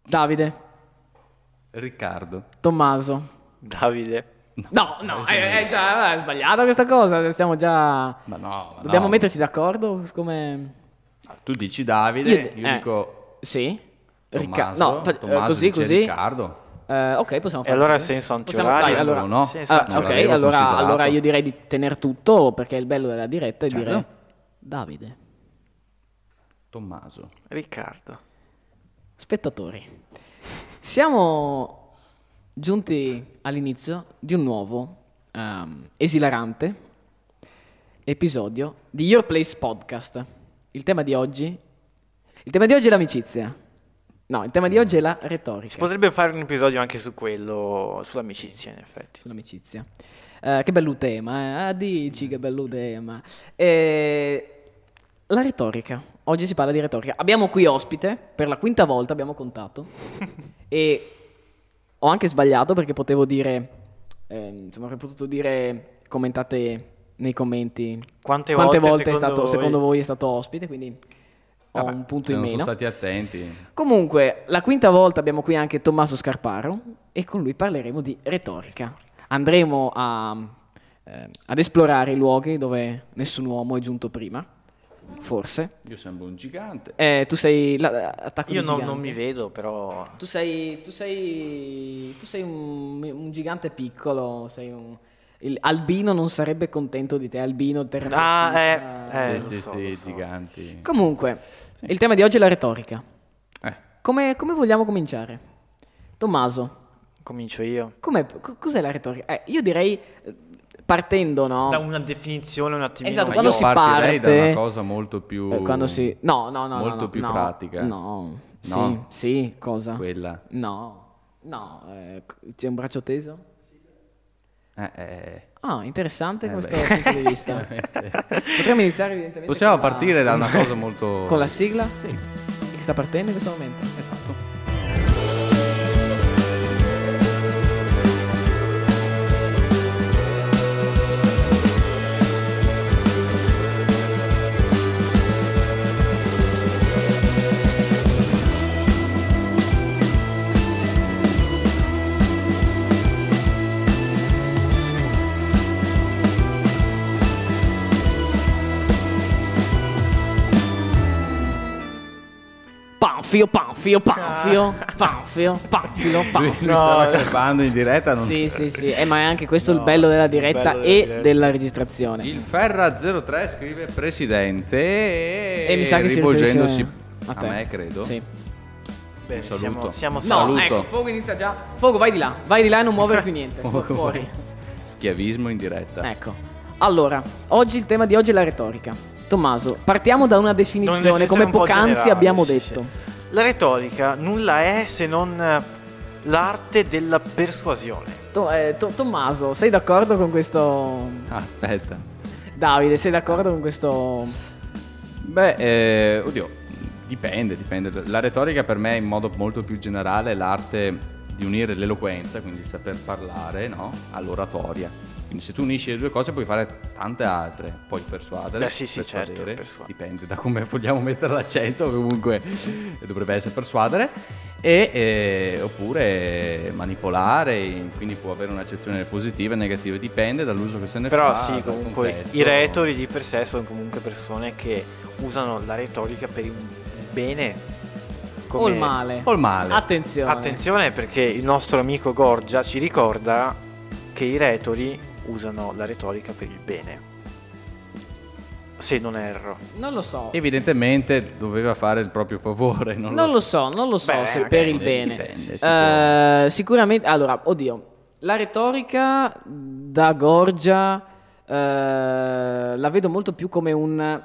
Davide, Riccardo. Tommaso. Davide. No, no, è, è già eh, è sbagliata questa cosa. Stiamo già. Ma no, ma Dobbiamo no. metterci d'accordo? su Come. Tu dici Davide, Io- io, eh. dico Sì. Ricca- Tommaso, no, fa- eh, Tommaso così, dice così. Riccardo. Eh, ok, possiamo E fare. allora così. senza Possiamo- antiorario? dai, allora- No, no, Senza Ah, non ok, l'avevo allora, considerato. allora io direi di tenere tutto perché il bello della diretta è Certo. dire Davide, Tommaso. Riccardo. spettatori, siamo giunti all'inizio di un nuovo ehm, esilarante episodio di Your Place Podcast. Il tema di oggi, il tema di oggi è l'amicizia. No, il tema di oggi è la retorica. Si potrebbe fare un episodio anche su quello, sull'amicizia in effetti. Sull'amicizia. Eh, che bello tema, eh? Ah, dici che bello tema. Eh, la retorica. Oggi si parla di retorica. Abbiamo qui ospite, per la quinta volta abbiamo contato. e ho anche sbagliato perché potevo dire, ehm, insomma, avrei potuto dire, commentate nei commenti Quante, quante volte, volte è stato, voi- secondo voi è stato ospite, quindi ho Vabbè, un punto se in non meno. sono stati attenti. Comunque, la quinta volta abbiamo qui anche Tommaso Scarparo e con lui parleremo di retorica. Andremo a, eh, ad esplorare i luoghi dove nessun uomo è giunto prima, forse. Io sembro un gigante. Eh, tu sei... la- attacco Io di non, gigante. non mi vedo però... Tu sei, tu sei, tu sei un, un gigante piccolo, sei un... il- Albino non sarebbe contento di te, Albino il Ah, terrapiattista. eh, eh. sì, lo sì, so, sì, lo so. giganti. Comunque, il tema di oggi è la retorica. Eh, Come, come vogliamo cominciare? Tommaso, Comincio io. com'è- co- cos'è la retorica? Eh, io direi eh, partendo, no? Da una definizione un attimino. Esatto, ma quando io si partirei da parte- una cosa molto più... Eh, quando si... No, no, no. no, Molto no, più no, pratica. No, sì, No? sì, cosa? Quella. No, no, eh, c- c'è un braccio teso? Eh, eh. Ah, interessante Eh, questo beh. Eh punto di vista. Potremmo iniziare evidentemente Possiamo con la- partire da una cosa molto... Con la sigla? Sì, Che sta partendo in questo momento? esatto. Panfio, panfio, panfio, Ah. panfio, panfilo, Lui, lui panfilo. stava crepando in diretta. Non... Sì, sì, sì, eh, ma è anche questo il No, bello della il bello diretta della e diretta. della registrazione. Il Ferra03 scrive presidente e, E mi sa che si rivolgendosi riferisce a, te. me credo. Sì. Bene, saluto. siamo, siamo No, No, Saluto. ecco, Fogo inizia già. Fogo, vai di là, vai di là e non muovere più niente. Fu- Fogo, Fuori. Schiavismo in diretta. Ecco. Allora, oggi il tema di oggi è la retorica. Tommaso, partiamo da una definizione, definizione come un po' poc'anzi generale, abbiamo sì, detto. La retorica nulla è se non eh, l'arte della persuasione. To- eh, to- Tommaso, sei d'accordo con questo. Aspetta. Davide, sei d'accordo con questo. Beh, eh, oddio, dipende, dipende. La retorica per me in modo molto più generale è l'arte di unire l'eloquenza, quindi saper parlare, no? All'oratoria. Quindi se tu unisci le due cose puoi fare tante altre, puoi persuadere, Beh, sì, sì, certo, persuadere, persuadere. dipende da come vogliamo mettere l'accento, comunque dovrebbe essere persuadere, e, eh, oppure manipolare, quindi può avere un'accezione positiva e negativa, dipende dall'uso che se ne Però fa. sì, dal comunque contesto. i retori di per sé sono comunque persone che usano la retorica per il bene come O il male. O il male. Attenzione. Attenzione perché il nostro amico Gorgia ci ricorda che i retori usano la retorica per il bene. Se non erro. Non lo so. Evidentemente doveva fare il proprio favore, Eh, non, Non lo lo so, non lo so Beh, eh, se magari per il sì, bene. dipende, Eh, sicuramente. sicuramente, allora, oddio, la retorica da Gorgia eh, la vedo molto più come un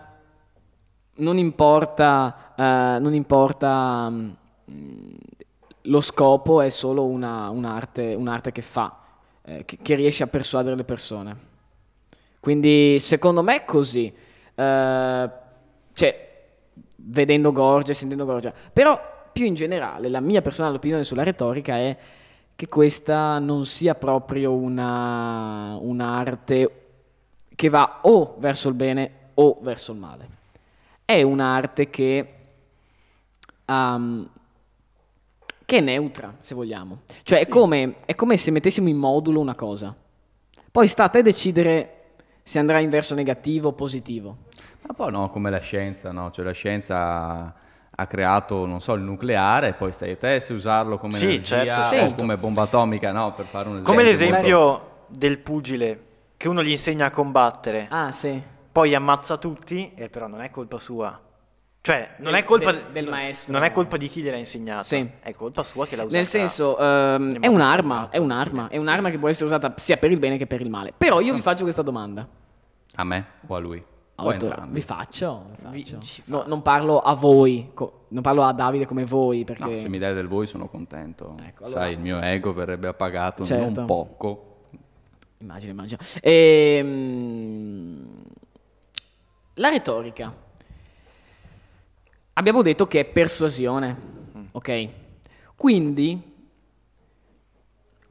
non importa, eh, non importa mm, lo scopo, è solo una- un'arte, un'arte che fa, eh, che, che riesce a persuadere le persone. Quindi secondo me è così. Eh, cioè, vedendo Gorgia, sentendo Gorgia. Però più in generale, la mia personale opinione sulla retorica è che questa non sia proprio una, un'arte che va o verso il bene o verso il male. um, È un'arte che, ehm, che è neutra, se vogliamo. Cioè, è come, è come se mettessimo in modulo una cosa. Poi sta a te decidere se andrà in verso negativo o positivo. Ma poi no, come la scienza, no? Cioè la scienza ha creato, non so, il nucleare, poi stai a te se usarlo come Sì, energia certo, o certo. come bomba atomica, no? Per fare un esempio. Come molto- l'esempio del pugile, che uno gli insegna a combattere, Ah, sì. poi ammazza tutti, e però non è colpa sua. Cioè, non Del- è colpa del- del non- maestro. Non è colpa di chi gliel'ha insegnata. Sì. È colpa sua che l'ha usata. Nel senso, ehm, Nel è modo un'arma, sbagliato, è un'arma, sì. è un'arma che può essere usata sia per il bene che per il male. Però io vi faccio questa domanda. A me o a lui? Ah, Ho o a detto, entrambi? vi faccio, vi Vi- faccio. ci fa. No, non parlo a voi, co- non parlo a Davide come voi, perché... No, se mi dai del voi sono contento. Ecco, allora- Sai, il mio ego verrebbe appagato Certo. non poco. Immagino, immagino. Ehm, la retorica. Abbiamo detto che è persuasione, ok? Quindi,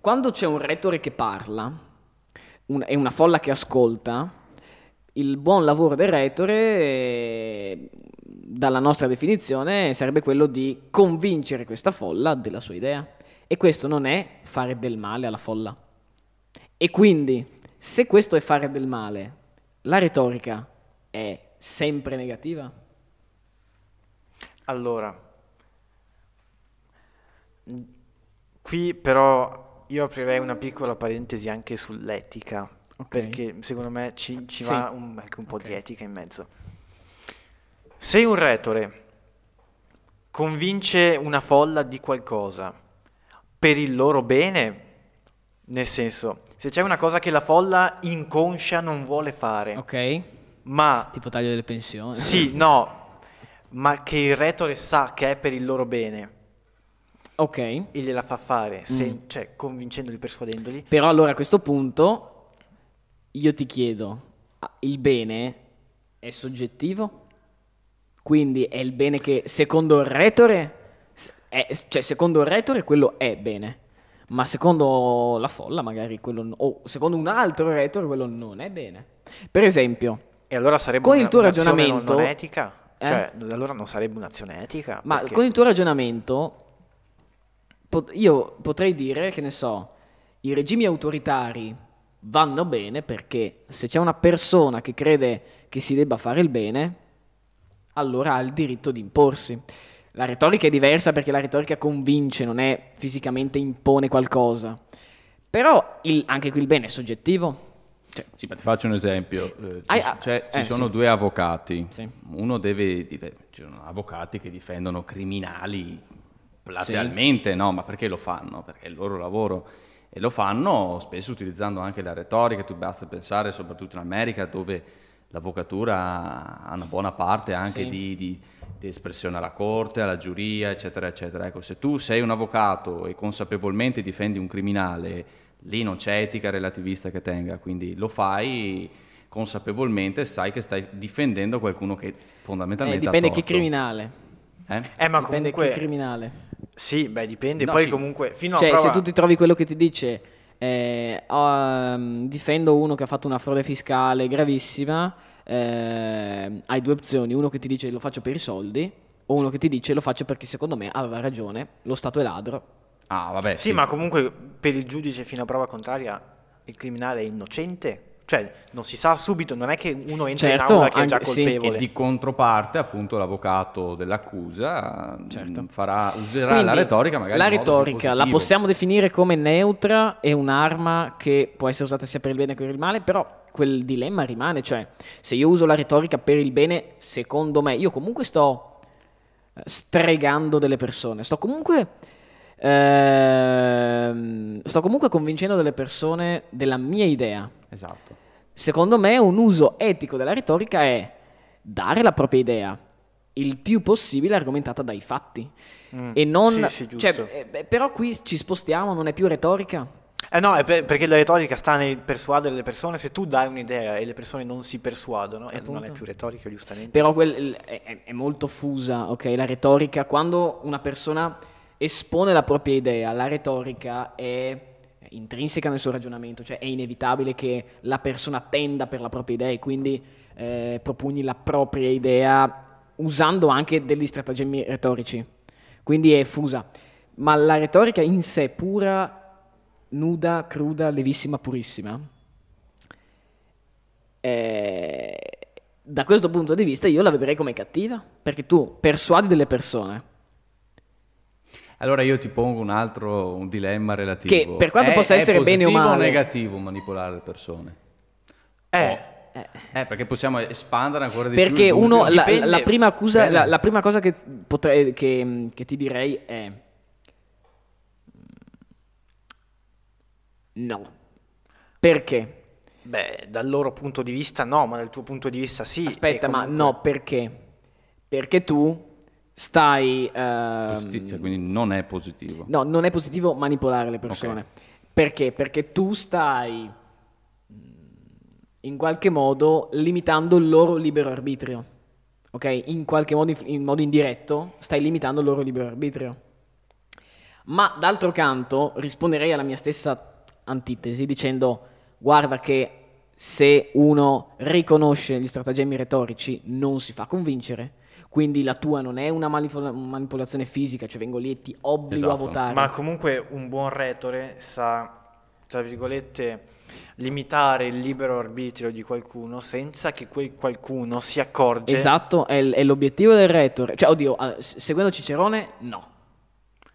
quando c'è un retore che parla un- e una folla che ascolta, il buon lavoro del retore, eh, dalla nostra definizione, sarebbe quello di convincere questa folla della sua idea. E questo non è fare del male alla folla. E quindi, se questo è fare del male, la retorica è sempre negativa? Allora, qui però io aprirei una piccola parentesi anche sull'etica, Ok. perché secondo me ci, ci Sì. va un- anche un po' Ok. di etica in mezzo. Se un retore convince una folla di qualcosa per il loro bene, nel senso, se c'è una cosa che la folla inconscia non vuole fare, Ok? ma Tipo taglio delle pensioni. Eh. sì, no, ma che il retore sa che è per il loro bene Ok. e gliela fa fare, se- Mm. cioè convincendoli, persuadendoli. Però allora a questo punto io ti chiedo, ah, il bene è soggettivo? Quindi è il bene che secondo il retore, s- è- cioè secondo il retore quello è bene, ma secondo la folla magari quello, n- o secondo un altro retore quello non è bene. Per esempio, E allora sarebbe Con una- il tuo un'azione non- ragionamento- non etica? Eh? Cioè, allora non sarebbe un'azione etica? Ma perché- con il tuo ragionamento, pot- io potrei dire che ne so, i regimi autoritari vanno bene perché se c'è una persona che crede che si debba fare il bene, allora ha il diritto di imporsi. La retorica è diversa perché la retorica convince, non è fisicamente impone qualcosa. Però il- anche qui il bene è soggettivo. Sì, ma ti faccio un esempio. Eh, ci- Ah, ah, cioè, ci eh, sono sì. due avvocati. Sì. Uno deve dire, ci sono avvocati che difendono criminali platealmente, no? Ma perché lo fanno? Perché è il loro lavoro. E lo fanno spesso utilizzando anche la retorica, tu basta pensare soprattutto in America dove l'avvocatura ha una buona parte anche Sì. di, di- di espressione alla corte, alla giuria, eccetera, eccetera. Ecco, se tu sei un avvocato e consapevolmente difendi un criminale, lì non c'è etica relativista che tenga, quindi lo fai consapevolmente, sai che stai difendendo qualcuno che Eh, fondamentalmente dipende ha che torto. criminale. Eh? Eh, ma dipende comunque... che criminale. Sì, beh, dipende. No, Poi sì. comunque... Fino a cioè, prova... se tu ti trovi quello che ti dice, eh, "Oh, ehm, difendo uno che ha fatto una frode fiscale gravissima, ehm, hai due opzioni, uno che ti dice lo faccio per i soldi o uno che ti dice lo faccio perché secondo me aveva ragione, lo Stato è ladro. Ah, vabbè, Sì, ma comunque per il giudice fino a prova contraria il criminale è innocente. Cioè, non si sa subito, non è che uno entra Certo, in aula che è già anche- sì, colpevole. E di controparte, appunto, l'avvocato dell'accusa mh, Certo. farà, userà Quindi, la retorica, magari. la in modo più retorica la positivo. possiamo definire come neutra, è un'arma che può essere usata sia per il bene che per il male, però quel dilemma rimane, cioè se io uso la retorica per il bene, secondo me, io comunque sto eh, stregando delle persone, sto comunque... ehm, sto comunque convincendo delle persone della mia idea. Esatto. Secondo me un uso etico della retorica è dare la propria idea il più possibile argomentata dai fatti Mm. e non Sì, sì, giusto. cioè, eh, beh, però qui ci spostiamo, non è più retorica. Eh no, è per- perché la retorica sta nel persuadere le persone. Se tu dai un'idea e le persone non si persuadono, e non è Appunto. più retorica, giustamente. Però quel- il- è- è, è molto fusa, ok? La retorica, quando una persona espone la propria idea, la retorica è intrinseca nel suo ragionamento, cioè è inevitabile che la persona tenda per la propria idea e quindi eh, propugni la propria idea usando anche degli stratagemmi retorici. Quindi è fusa. ma la retorica in sé pura, nuda, cruda, levissima, purissima. eh, da questo punto di vista io la vedrei come cattiva, perché tu persuadi delle persone Allora io ti pongo un altro un dilemma relativo. Che, per quanto È- possa essere è bene o positivo male- negativo manipolare le persone? Eh, Eh, perché possiamo espandere ancora di più. Perché il uno, dubbio. la, Dipende- la prima accusa, Dipende. la, la prima cosa che, potrei, che, che ti direi è mm, no. Perché? beh, dal loro punto di vista no, ma dal tuo punto di vista sì. e Aspetta, ma comunque- no, perché? Perché tu stai... ehm, Posit- cioè, quindi non è positivo. No, non è positivo manipolare le persone. Perché? Perché tu stai mh, in qualche modo limitando il loro libero arbitrio. Ok? In qualche modo, inf- in modo indiretto, stai limitando il loro libero arbitrio. Ma d'altro canto risponderei alla mia stessa antitesi dicendo guarda che se uno riconosce gli stratagemmi retorici non si fa convincere, quindi la tua non è una manifola- manipolazione fisica, cioè vengo lì e ti obbligo a Esatto. votare. Ma comunque un buon retore sa, tra virgolette, limitare il libero arbitrio di qualcuno senza che quel qualcuno si accorge. Esatto, è, l- è l'obiettivo del retore. Cioè, oddio, ah, s- seguendo Cicerone, no.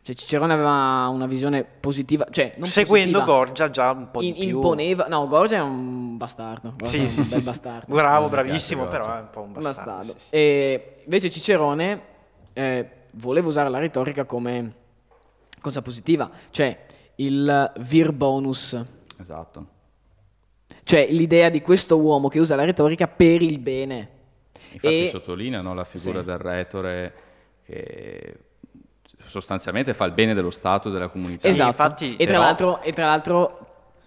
Cioè, Cicerone aveva una visione positiva, cioè, non Seguendo positiva, Gorgia già un po' in- di più. imponeva. No, Gorgia è un bastardo. Gorgia è Sì, un sì, bel sì. bastardo. Bravo, Mi piace bravissimo, Gorgia. però è un po' un Un bastardo. bastardo. sì, sì. E invece Cicerone eh, voleva usare la retorica come cosa positiva, cioè il vir bonus, Esatto. cioè l'idea di questo uomo che usa la retorica per il bene. Infatti E- sottolinea no, la figura Sì. del retore che sostanzialmente fa il bene dello Stato e della comunità. Sì, esatto. infatti, e, tra però- l'altro, e tra l'altro,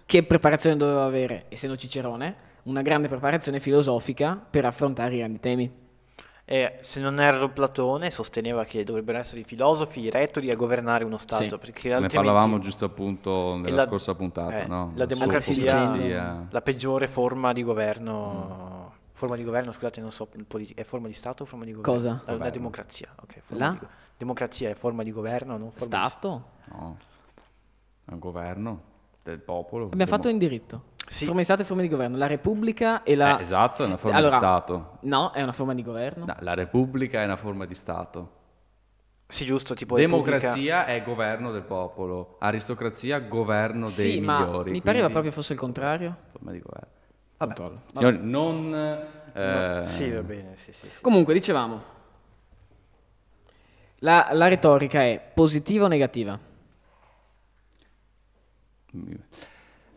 che preparazione doveva avere, essendo Cicerone, una grande preparazione filosofica per affrontare i grandi temi. E se non erro Platone sosteneva che dovrebbero essere i filosofi, i retori a governare uno Stato. Sì. esatto, Perché Ne altrimenti parlavamo giusto appunto nella la- scorsa puntata, eh, no? sua la democrazia- ipocrisia. la peggiore forma di governo... Mm. Forma di governo, scusate, non so, politi- è forma di Stato o forma di governo? Cosa? La, la Governo. democrazia, ok. La? Forma di go- democrazia è forma di governo, non forma di- Stato? No. È un governo del popolo. Abbiamo fatto in demo- diritto. Sì. Forme di Stato e forme di governo. La Repubblica e la... Eh, esatto, è una forma Allora, di Stato. No, è una forma di governo. No, la Repubblica è una forma di Stato. Sì, giusto, tipo Repubblica- Democrazia è governo del popolo, aristocrazia governo sì, dei ma migliori. mi pareva quindi- proprio fosse il contrario. forma di governo. Controllo. Vabbè. Signori, non... eh, eh. No, Sì, va bene, sì, sì. Comunque, dicevamo, la, la retorica è positiva o negativa?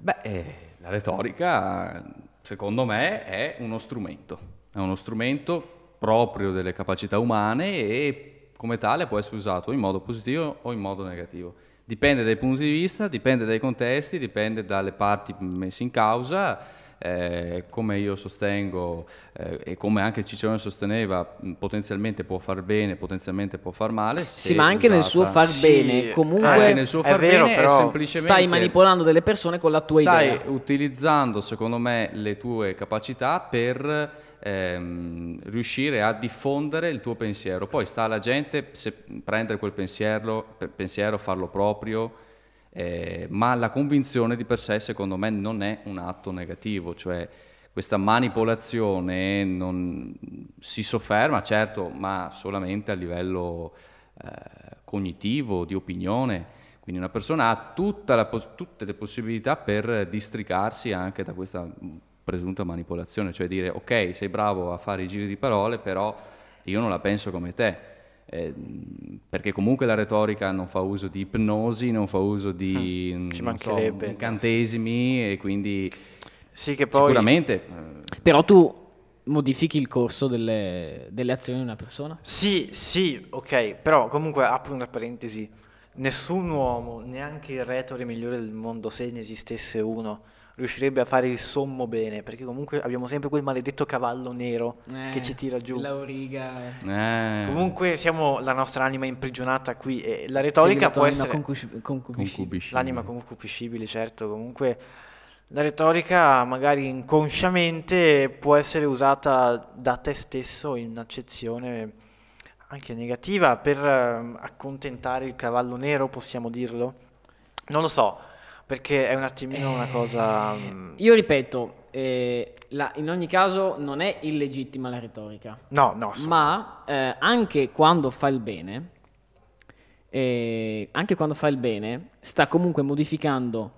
Beh, eh, la retorica, secondo me, è uno strumento. È uno strumento proprio delle capacità umane e come tale può essere usato in modo positivo o in modo negativo. Dipende dai punti di vista, dipende dai contesti, dipende dalle parti messe in causa. Eh, come io sostengo eh, e come anche Cicerone sosteneva, mh, potenzialmente può far bene, potenzialmente può far male. Sì, se ma anche nel suo usata- far Sì, Ah, bene, anche comunque nel suo è far vero, bene però, è semplicemente stai manipolando delle persone con la tua stai idea. utilizzando secondo me le tue capacità per ehm, riuscire a diffondere il tuo pensiero poi sta alla gente se prendere quel pensiero, pe- pensiero farlo proprio eh, ma la convinzione di per sé secondo me non è un atto negativo cioè questa manipolazione non si sofferma certo ma solamente a livello eh, cognitivo, di opinione. Quindi una persona ha tutta la pos- tutte le possibilità per districarsi anche da questa mh, presunta manipolazione, cioè dire ok sei bravo a fare i giri di parole, però io non la penso come te. Eh, mh, perché comunque la retorica non fa uso di ipnosi, non fa uso di Mm, mh, ci non so, mancherebbe. incantesimi e quindi Sì, che poi... sicuramente eh, Però tu modifichi il corso delle, delle azioni di una persona. Sì, sì, ok, però comunque apro una parentesi. Nessun uomo, neanche il retore migliore del mondo, se ne esistesse uno, riuscirebbe a fare il sommo bene, perché comunque abbiamo sempre quel maledetto cavallo nero Eh, che ci tira giù. L'auriga. eh, Comunque siamo la nostra anima imprigionata qui e la retorica può essere concubiscine. l'anima concupiscibile, certo, comunque la retorica magari inconsciamente può essere usata da te stesso in accezione anche negativa per ehm, accontentare il cavallo nero, possiamo dirlo? Non lo so, perché è un attimino una cosa... mm, Io ripeto, eh, la- in ogni caso non è illegittima la retorica, No, no, so- ma eh, anche quando fa il bene, eh, anche quando fa il bene, sta comunque modificando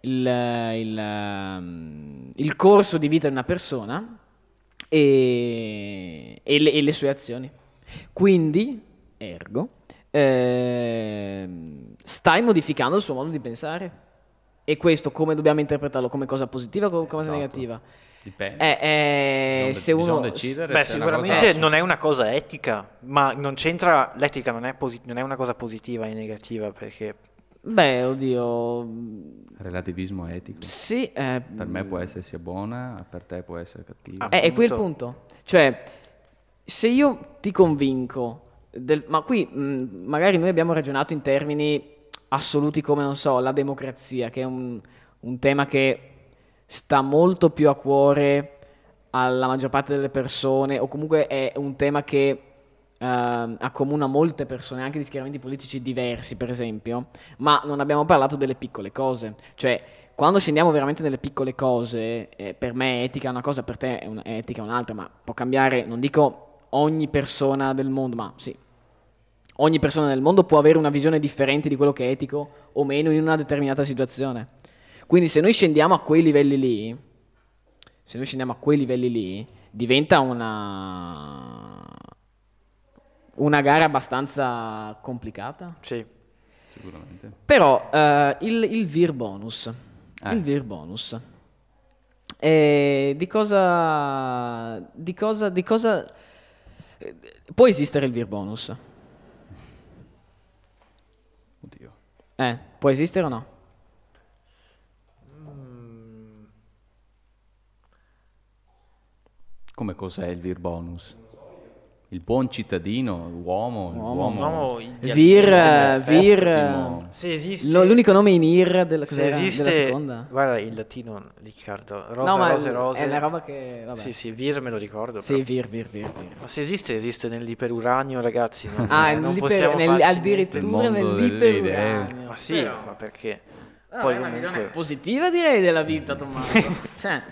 il, il, ehm, il corso di vita di una persona e, e le, e le sue azioni. Quindi, ergo, ehm, stai modificando il suo modo di pensare. E questo come dobbiamo interpretarlo? Come cosa positiva o come cosa Esatto. negativa? Dipende. Eh, eh, Bisogna- se uno... bisogna decidere Beh, se è una cosa sicuramente su- non è una cosa etica, ma non c'entra, l'etica non è, posi- non è una cosa positiva e negativa, perché Beh, oddio... Relativismo etico. Sì, eh, Per me può essere sia buona, per te può essere cattiva. Ah, eh, è qui il appunto. punto. Cioè, se io ti convinco, del- ma qui mh, magari noi abbiamo ragionato in termini assoluti come, non so, la democrazia, che è un, un tema che sta molto più a cuore alla maggior parte delle persone, o comunque è un tema che ehm, accomuna molte persone, anche di schieramenti politici diversi, per esempio, ma non abbiamo parlato delle piccole cose. Cioè, quando scendiamo veramente nelle piccole cose, eh, per me etica è una cosa, per te è, un- è etica un'altra, ma può cambiare, non dico ogni persona del mondo, ma sì, ogni persona nel mondo può avere una visione differente di quello che è etico o meno in una determinata situazione. Quindi se noi scendiamo a quei livelli lì, se noi scendiamo a quei livelli lì, diventa una, una gara abbastanza complicata. sì, Sicuramente. Però eh, il, il vir bonus. Eh. Il vir bonus. Eh, di cosa. Di cosa. Di cosa. eh, Può esistere il vir bonus? Oddio. Eh, può esistere o no? Come cos'è il vir bonus? Il buon cittadino, l'uomo, Uomo. l'uomo. No, i- gli- Vir. eh, perfetto, vir ottimo. eh, se esiste, lo- l'unico nome in ir della, se cos'era? Della esiste- seconda? guarda il latino, Riccardo, rosa, no, ma rose, è- rose, è una roba che. Vabbè. sì, sì, vir me lo ricordo, Sì, però. vir, vir, vir, vir. Ma se esiste, esiste nell'iperuranio, ragazzi, non, Ah, non nell'iper- possiamo nel- farci niente. Il addirittura mondo delle idee. nell'iperuranio. Ma sì, Però- ma perché? Ah, Poi è una visione comunque... positiva direi della vita, Tommaso. cioè,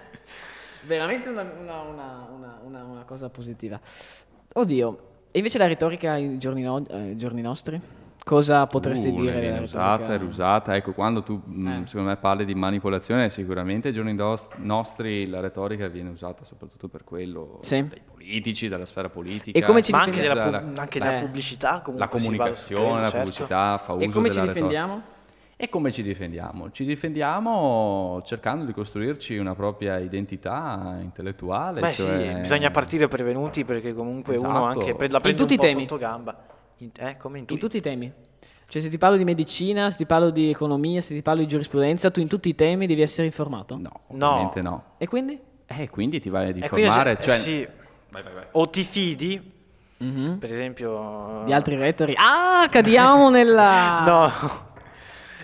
veramente una, una- una- una- una- una cosa positiva. Oddio, e invece la retorica ai giorni, no- ai giorni nostri? Cosa potresti Uh, ne dire? viene della usata e retorica? riusata. Ecco, quando tu, mh, Eh. secondo me, parli di manipolazione, sicuramente ai giorni dos- nostri la retorica viene usata soprattutto per quello Sì. dai politici, dalla sfera politica. E come ci Ma anche difendiamo? della, la- pub- anche la- della eh. pubblicità, comunque la si va allo comunicazione, schermo, la certo. pubblicità fa uso E come ci della retorica. difendiamo? E come ci difendiamo? Ci difendiamo cercando di costruirci una propria identità intellettuale. Beh cioè- sì, bisogna partire prevenuti perché comunque Esatto. uno anche pre- la In prende tutti un i po' temi. sotto gamba. In, eh, come in In tutti- tutti i temi. Cioè, se ti parlo di medicina, se ti parlo di economia, se ti parlo di giurisprudenza, tu in tutti i temi devi essere informato. No, No. ovviamente no. E quindi? Eh, quindi ti vai a Eh, quindi informare. se- eh, cioè- sì, Vai, vai, vai. o ti fidi, Mm-hmm. Mhm. per esempio... Di altri retori. Ah, cadiamo nella... No.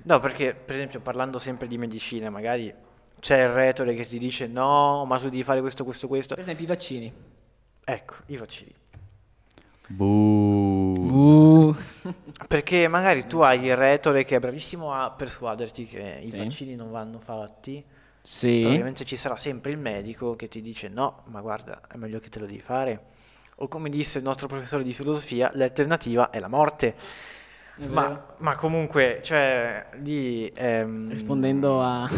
No, perché per esempio parlando sempre di medicina, magari c'è il retore che ti dice no, ma tu devi fare questo, questo, questo. Per esempio i vaccini. Ecco, i vaccini. Buh. Uh. Uh. Perché magari tu hai il retore che è bravissimo a persuaderti che i Sì. vaccini non vanno fatti, Sì. Probabilmente ci sarà sempre il medico che ti dice no, ma guarda, è meglio che te lo devi fare. O come disse il nostro professore di filosofia, l'alternativa è la È morte. vero. Ma, ma comunque, cioè, lì... ehm, Rispondendo a...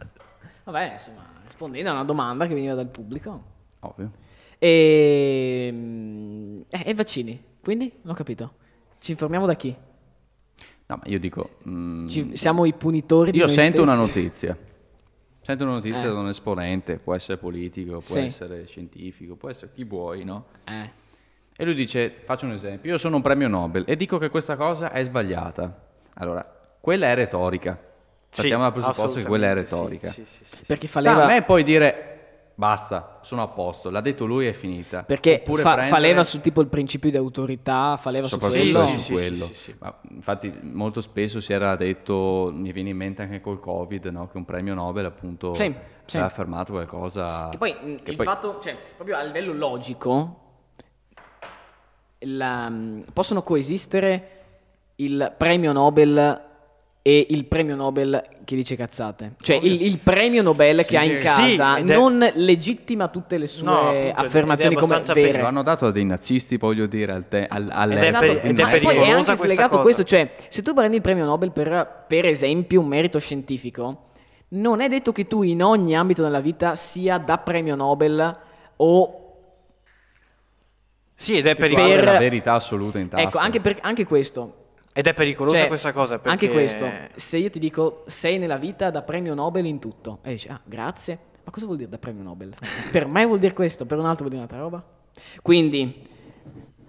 Vabbè, insomma, rispondendo a una domanda che veniva dal pubblico. Ovvio. E... mm, eh, e vaccini, quindi? Non ho capito. Ci informiamo da chi? No, ma io dico. mm, Ci- siamo i punitori di io noi sento una stessi? notizia. Sento una notizia Eh. da un esponente, può essere politico, può Sì. essere scientifico, può essere chi vuoi, no? Eh. E lui dice, faccio un esempio, io sono un premio Nobel e dico che questa cosa è sbagliata. Allora, quella è retorica. sì, Partiamo dal presupposto che quella è assolutamente, sì, retorica. sì, sì, sì, sì. Perché fa Sta leva, a me poi dire, basta, sono a posto, l'ha detto lui è finita. perché Oppure fa, fa prendere- leva su tipo il principio di autorità, fa leva su soprattutto quello. Sì, su sì, quello. sì, sì, sì. Ma infatti molto spesso si era detto, mi viene in mente anche col Covid, no? che un premio Nobel appunto Sì, ha sì. affermato qualcosa... Che poi mm, mh, che il poi- fatto, cioè, proprio a livello logico, la- possono coesistere il premio Nobel e il premio Nobel che dice cazzate. Cioè Ovvio. il, il premio Nobel Sì, che ha in sì, casa ed è- non legittima tutte le sue No, appunto, ed è affermazioni come abbastanza vere. Lo hanno dato a dei nazisti, voglio dire, al te- al- all'epoca. Esatto, peri- quindi ma non è che- poi è pericolosa anche questa slegato a cosa. questo, cioè se tu prendi il premio Nobel per, per esempio un merito scientifico, non è detto che tu in ogni ambito della vita sia da premio Nobel o Sì, ed è, che per- tu abbia pericolosa- la verità assoluta in tasca. ecco, anche, per- anche questo. ed è pericolosa Cioè, questa cosa. Perché... Cioè, Anche questo, se io ti dico sei nella vita da premio Nobel in tutto, e dici ah grazie, ma cosa vuol dire da premio Nobel? per me vuol dire questo, per un altro vuol dire un'altra roba. Quindi,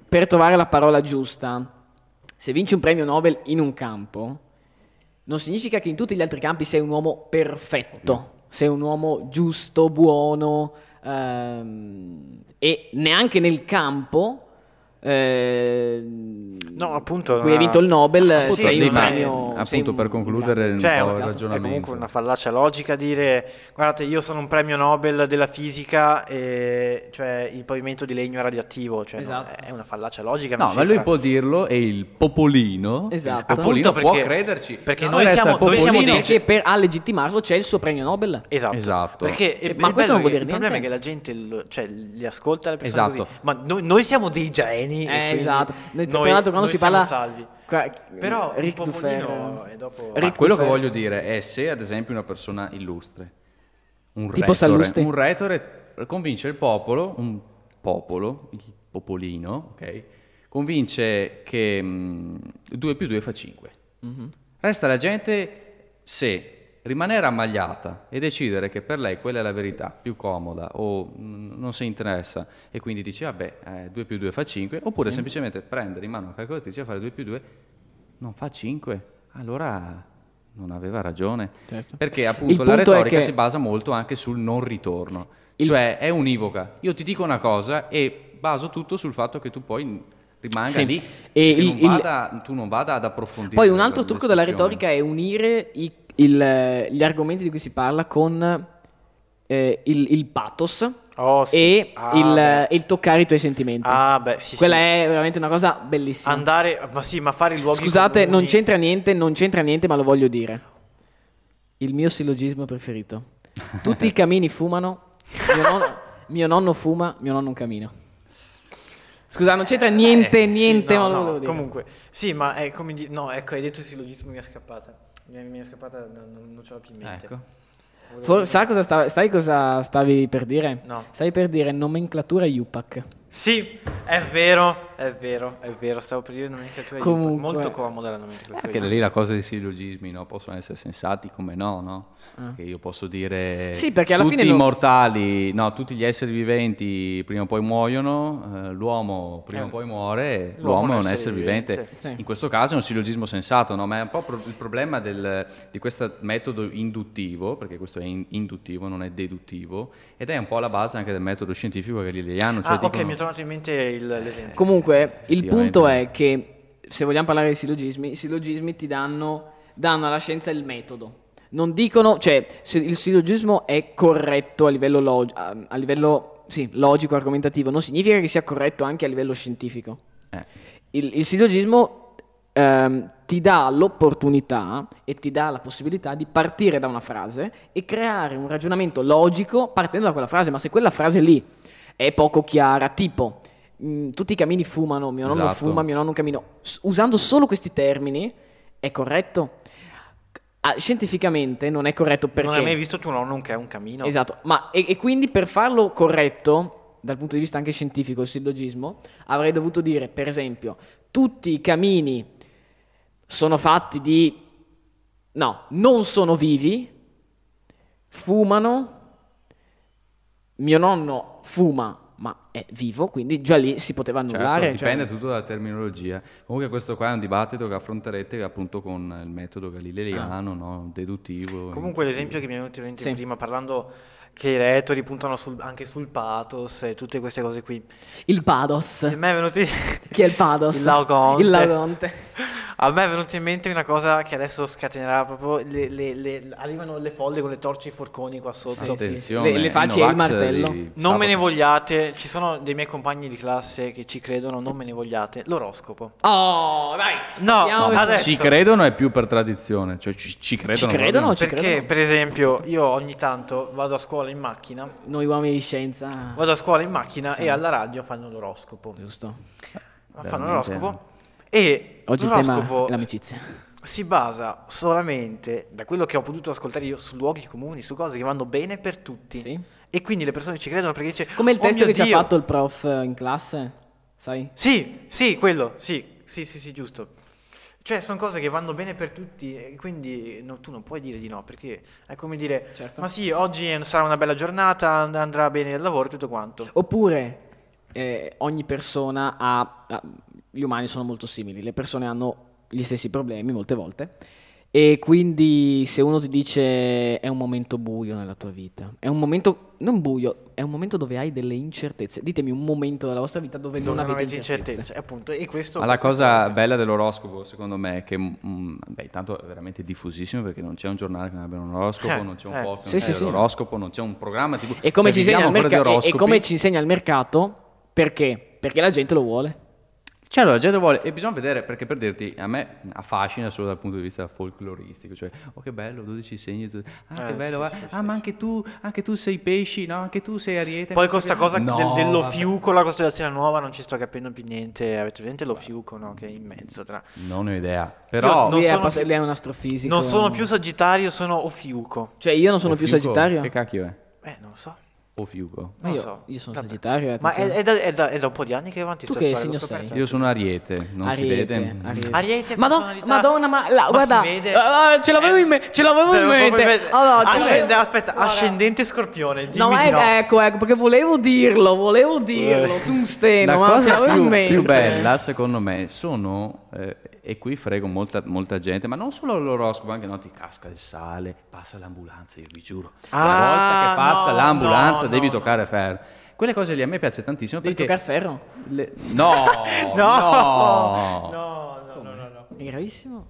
per trovare la parola giusta, se vinci un premio Nobel in un campo, non significa che in tutti gli altri campi sei un uomo perfetto, sei un uomo giusto, buono, ehm, e neanche nel campo... ehm, No, appunto, cui hai no. vinto il Nobel Appunto, sei lì, un ma- premio appunto, sei un- per concludere un- un Cioè, po' esatto. il è ragionamento. comunque una fallacia logica dire guardate io sono un premio Nobel della fisica e cioè il pavimento di legno è radioattivo, cioè no, Esatto. è una fallacia logica. No, non ma c'entra. lui può dirlo e il popolino, Esatto. il popolino Appunto, può perché- crederci. perché No, noi resta siamo- il noi siamo popolino dei- che- perché per, a legittimarlo c'è il suo premio Nobel Esatto. Esatto. Perché, Eh, e- ma è questo bello non vuol che dire Il problema è niente. che la gente lo- cioè, li ascolta le persone Esatto. così. Ma noi, noi siamo dei geni. e Eh, quindi esatto. Noi- tra noi- l'altro quando noi si siamo parla- salvi. Qua- Però il Ric popolino Dufer- è dopo... Ric- Ma quello che Dufer. voglio dire è se ad esempio una persona illustre, un Tipo Sallusti? retore, un retore convince il popolo, un popolo, il popolino, ok? Convince che 2 più 2 fa 5. Resta la gente se rimanere ammagliata e decidere che per lei quella è la verità più comoda o mh, non si interessa e quindi dice vabbè 2 più 2 fa 5 oppure semplicemente prendere in mano la calcolatrice e fare 2 più 2 non fa 5 allora non aveva ragione Certo. perché appunto Il punto la è retorica che- si basa molto anche sul non ritorno Il- cioè è univoca io ti dico una cosa e baso tutto sul fatto che tu poi rimanga Sì. lì E che il- non il- vada- tu non vada ad approfondire poi un la- altro trucco della discussione. retorica è unire i- il- gli argomenti di cui si parla con eh, il, il pathos Oh, sì. e Ah, il, eh, beh. e il toccare i tuoi sentimenti Ah, beh, sì, quella sì. è veramente una cosa bellissima Andare, ma sì, ma fare i luoghi Scusate, non comuni. c'entra niente, non c'entra niente, ma lo voglio dire. Il mio sillogismo preferito. Tutti i camini fumano, mio nonno, mio nonno fuma, mio nonno un camino. Scusa, non c'entra niente, Eh, sì, niente, no, ma lo no, volevo dire. Comunque, sì, ma è come di- No, ecco, hai detto il sillogismo, mi è scappata. Mi è, mi è scappata, no, non, non ce l'ho più in mente. Ecco. Volevo For- dire- sa cosa sta- sai cosa stavi per dire? No. Stavi per dire nomenclatura Yupac. Sì, è vero, è vero, è vero. Stavo per dire nomenclatura Yuppie, Comunque. Molto comoda la Eh, nomenclatura Anche Yuppie. lì la cosa dei sillogismi no? possono essere sensati come no, no? Che io posso dire Ah. Sì, perché alla tutti fine i non- mortali, no, tutti gli esseri viventi prima o poi muoiono, eh, l'uomo prima Eh, o poi muore, l'uomo l'uomo è un essere vivente. Sì. In questo caso è un sillogismo sensato, no? ma è un po' pro- il problema del- di questo metodo induttivo, perché questo è in- induttivo, non è deduttivo, ed è un po' la base anche del metodo scientifico galileiano. Cioè ah, ok, dicono- mi è tornato in mente il- l'esempio. Comunque, il Effettivamente. punto è che se vogliamo parlare di sillogismi, i sillogismi ti danno, danno alla scienza il metodo. Non dicono, cioè, se il sillogismo è corretto a livello, log- a a livello sì, logico, argomentativo, non significa che sia corretto anche a livello scientifico. Eh. Il, il sillogismo ehm, ti dà l'opportunità e ti dà la possibilità di partire da una frase e creare un ragionamento logico partendo da quella frase, ma se quella frase lì è poco chiara, tipo mh, tutti i camini fumano, mio nonno Esatto. fuma, mio nonno cammino, S- usando solo questi termini è corretto. Ah, scientificamente non è corretto perché... Non hai mai visto tuo nonno che è un camino? Esatto, ma e, e quindi per farlo corretto, dal punto di vista anche scientifico, il sillogismo, avrei dovuto dire, per esempio, tutti i camini sono fatti di... no, non sono vivi, fumano, mio nonno fuma, ma è vivo, quindi già lì si poteva Certo, annullare. cioè- dipende tutto dalla terminologia. Comunque questo qua è un dibattito che affronterete appunto con il metodo galileiano, Ah. no? deduttivo. Comunque l'esempio che mi è venuto in mente Sì. prima, parlando che i retori puntano sul- anche sul pathos e tutte queste cose qui. Il pados. Eh. A me è venuto in- Chi è il pados? Il Laoconte. Il Laoconte. A me è venuta in mente una cosa che adesso scatenerà proprio. le- le- le- arrivano le folle con le torce e i forconi qua sotto. Sì, sì. Attenzione, Le- le facce e il Novax martello. di Non me ne sabato. vogliate, ci sono dei miei compagni di classe che ci credono, non me ne vogliate. L'oroscopo. Oh, dai. No, sfatiamo no, questo- adesso- Ci credono è più per tradizione, cioè ci, ci credono. Ci credono? proprio. ci Perché, credono. per esempio, io ogni tanto vado a scuola in macchina, Noi uomini di scienza. vado a scuola in macchina Sì. e alla radio fanno l'oroscopo. Giusto. Ma Fanno Veramente. l'oroscopo e Oggi il tema l'oroscopo è l'amicizia. si basa solamente, da quello che ho potuto ascoltare io, su luoghi comuni, su cose che vanno bene per tutti. Sì. E quindi le persone ci credono perché dice Come il "Oh testo mio che ci ha Dio". fatto il prof eh, in classe, sai? Sì, sì, quello, sì, sì, sì, sì, giusto. Cioè, sono cose che vanno bene per tutti, e quindi no, tu non puoi dire di no, perché è come dire, Certo. ma sì, oggi è- sarà una bella giornata, and- andrà bene il lavoro e tutto quanto. Oppure eh, ogni persona ha, ha- Gli umani sono molto simili, le persone hanno gli stessi problemi molte volte. E quindi se uno ti dice è un momento buio nella tua vita, è un momento non buio, è un momento dove hai delle incertezze. Ditemi un momento della vostra vita dove non, Non avete avete incertezze. certezze, appunto, e questo... cioè, Ma la questo- cosa bella dell'oroscopo, secondo me, è che mm, beh, intanto è veramente diffusissimo perché non c'è un giornale che non abbia un oroscopo, Eh, non c'è un eh. posto, Sì, non sì, c'è sì. l'oroscopo, non c'è un programma TV. E come, Cioè, ci insegna viviamo il ancora di merca- e- e oroscopi. come ci insegna il mercato, perché? Perché la gente lo vuole. Cioè, allora, la gente vuole, e bisogna vedere, perché per dirti, a me affascina solo dal punto di vista folcloristico, cioè, oh che bello, 12 segni, ah Eh, che bello, sì, va- sì, ah ma sì, sì. anche tu, anche tu sei pesci, no, anche tu sei ariete. Poi non con so sta che- cosa No, del- dello vabbè. fiuco, la costellazione nuova, non ci sto capendo più niente. Avete presente lo fiuco, no? Che è in mezzo tra... Non ne ho idea, però... Non lui, è, sono pas- più- lui è un astrofisico. Non sono più sagittario, sono o fiuco. Cioè io non sono o più fiuco? sagittario. Che cacchio è? Eh, non lo so. O fiuco? Ma Non io, lo so. io sono Vabbè. sagittario. Ma è, attenzione. è da, è da- è da un po' di anni che va avanti Tu sta che storia, l'ho segno sei? scoperto. Io sono ariete, non si Ariete, vede. Ariete. Ariete, Madon- personalità. Madonna, ma, la- Ma guarda, si vede. eh, ce l'avevo in, me- ce l'avevo Se in lo puoi mente. vedere- Allora, ce Ascende- l'avevo- aspetta, Guarda. ascendente scorpione. Dimmi No, ma di è- no. ecco, ecco, perché volevo dirlo, volevo dirlo, Eh, La Tungsteno, Eh, ma ce cosa l'avevo in più, mente. più bella, secondo me, sono, eh, e qui frego molta, molta gente, ma non solo l'oroscopo, anche no, ti casca il sale, passa l'ambulanza, io vi giuro. Ah, Una volta che passa no, l'ambulanza no, devi no, toccare ferro. Quelle cose lì a me piace tantissimo Devi perché... toccare ferro. le- No, No, no, no, no, no, no, no. È gravissimo.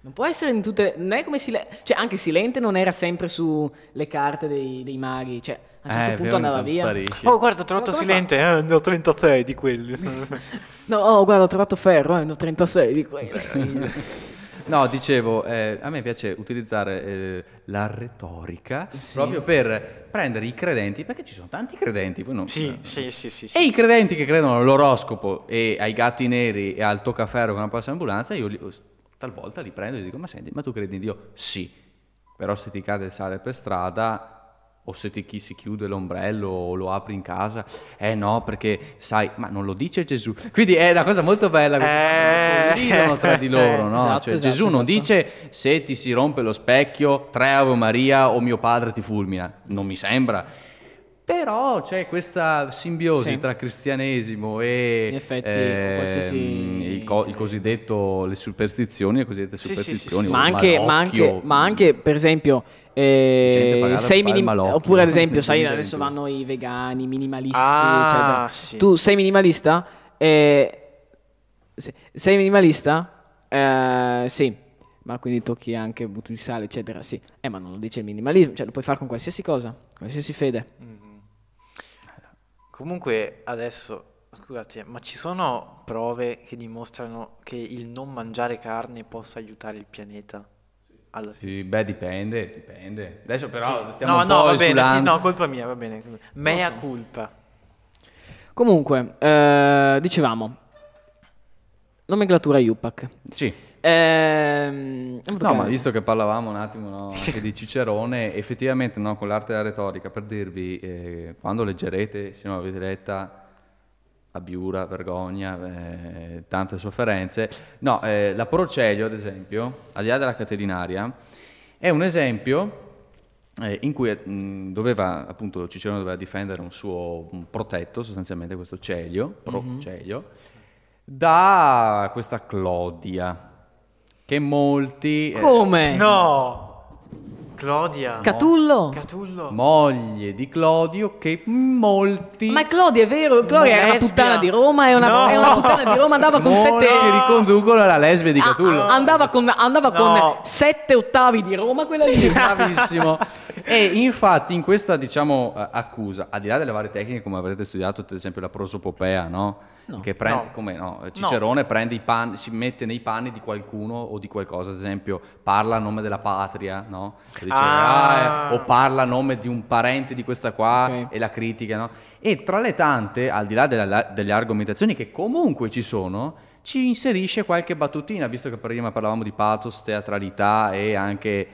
Non può essere in tutte. Non è come Sile- Cioè, anche Silente non era sempre sulle carte dei, dei maghi. Cioè, a un certo Eh, punto vero, andava non via. sparisci. Oh, guarda, ho Ma trovato come Silente. Eh, ne ho 36 di quelli. No, oh, guarda, ho trovato ferro, eh, ne ho 36 di quelli. No, dicevo, eh, a me piace utilizzare eh, la retorica proprio per prendere i credenti, perché ci sono tanti credenti, voi non, eh, sì, sì, sì, sì. sì. E i credenti che credono all'oroscopo e ai gatti neri e al toccaferro che non passa l'ambulanza, io li- talvolta li prendo e gli dico: Ma senti, ma tu credi in Dio? Sì, però se ti cade il sale per strada o se ti chi si chiude l'ombrello o lo apri in casa, eh no, perché sai, ma non lo dice Gesù. Quindi è una cosa molto bella questa. Eh. Condividono tra di loro, no? Esatto, Cioè, esatto, Gesù non esatto. dice se ti si rompe lo specchio, tre Ave Maria o mio padre ti fulmina. Non mi sembra. Però c'è questa simbiosi Sì. tra cristianesimo In e effetti, ehm, qualsiasi- il, co- il cosiddetto le superstizioni, le cosiddette Sì, sì, sì, superstizioni, sì, sì. ma, o il anche, ma, anche, malocchio. mm. ma anche, per esempio, Gente eh, pagata per sei fare il minim- malocchio. oppure ad esempio, sai, Gente adesso ventuno. vanno i vegani, i minimalisti, Ah, eccetera. sì. Tu sei minimalista? Eh, se- sei minimalista? Eh, sì, ma quindi tocchi anche butti di sale, eccetera. Sì, eh, ma non lo dice il minimalismo, cioè lo puoi fare con qualsiasi cosa, qualsiasi fede. Mm-hmm. Comunque, adesso, scusate, ma ci sono prove che dimostrano che il non mangiare carne possa aiutare il pianeta? Alla fine. Sì, beh, dipende, dipende. Adesso però stiamo No, un no, po' va bene, sì, esulando. no, colpa mia, va bene. Mea culpa. Comunque, eh, dicevamo, nomenclatura IUPAC. Sì. Ehm, No, ma visto che parlavamo un attimo no, anche di Cicerone, effettivamente no, con l'arte della retorica, per dirvi, eh, quando leggerete, se non l'avete letta, abbiura, vergogna, eh, tante sofferenze, no, eh, la Procelio, ad esempio, al di là della Caterinaria, è un esempio eh, in cui eh, mh, doveva, appunto, Cicerone doveva difendere un suo un protetto, sostanzialmente questo Celio, Procelio, da questa Clodia, che molti... eh, come? No! Clodia. Catullo. Catullo. Moglie di Clodio che molti... Ma Clodia è vero, Clodia era una Lesbia. puttana di Roma, è una, No. è una puttana di Roma, andava con molti sette... riconducono alla lesbia di Ah, Catullo. ah, andava con, andava No. con sette ottavi di Roma quella Sì, lì. bravissimo. e infatti in questa diciamo eh, accusa, al di là delle varie tecniche come avrete studiato, ad esempio la prosopopea, no? No. Che prende, No. come no, Cicerone prende i panni, si mette nei panni di qualcuno o di qualcosa, ad esempio parla a nome della patria, no? E dice, Ah. "Ah, eh", o parla a nome di un parente di questa qua Ok. e la critica, no? E tra le tante, al di là della- delle argomentazioni che comunque ci sono, ci inserisce qualche battutina, visto che prima parlavamo di pathos, teatralità e anche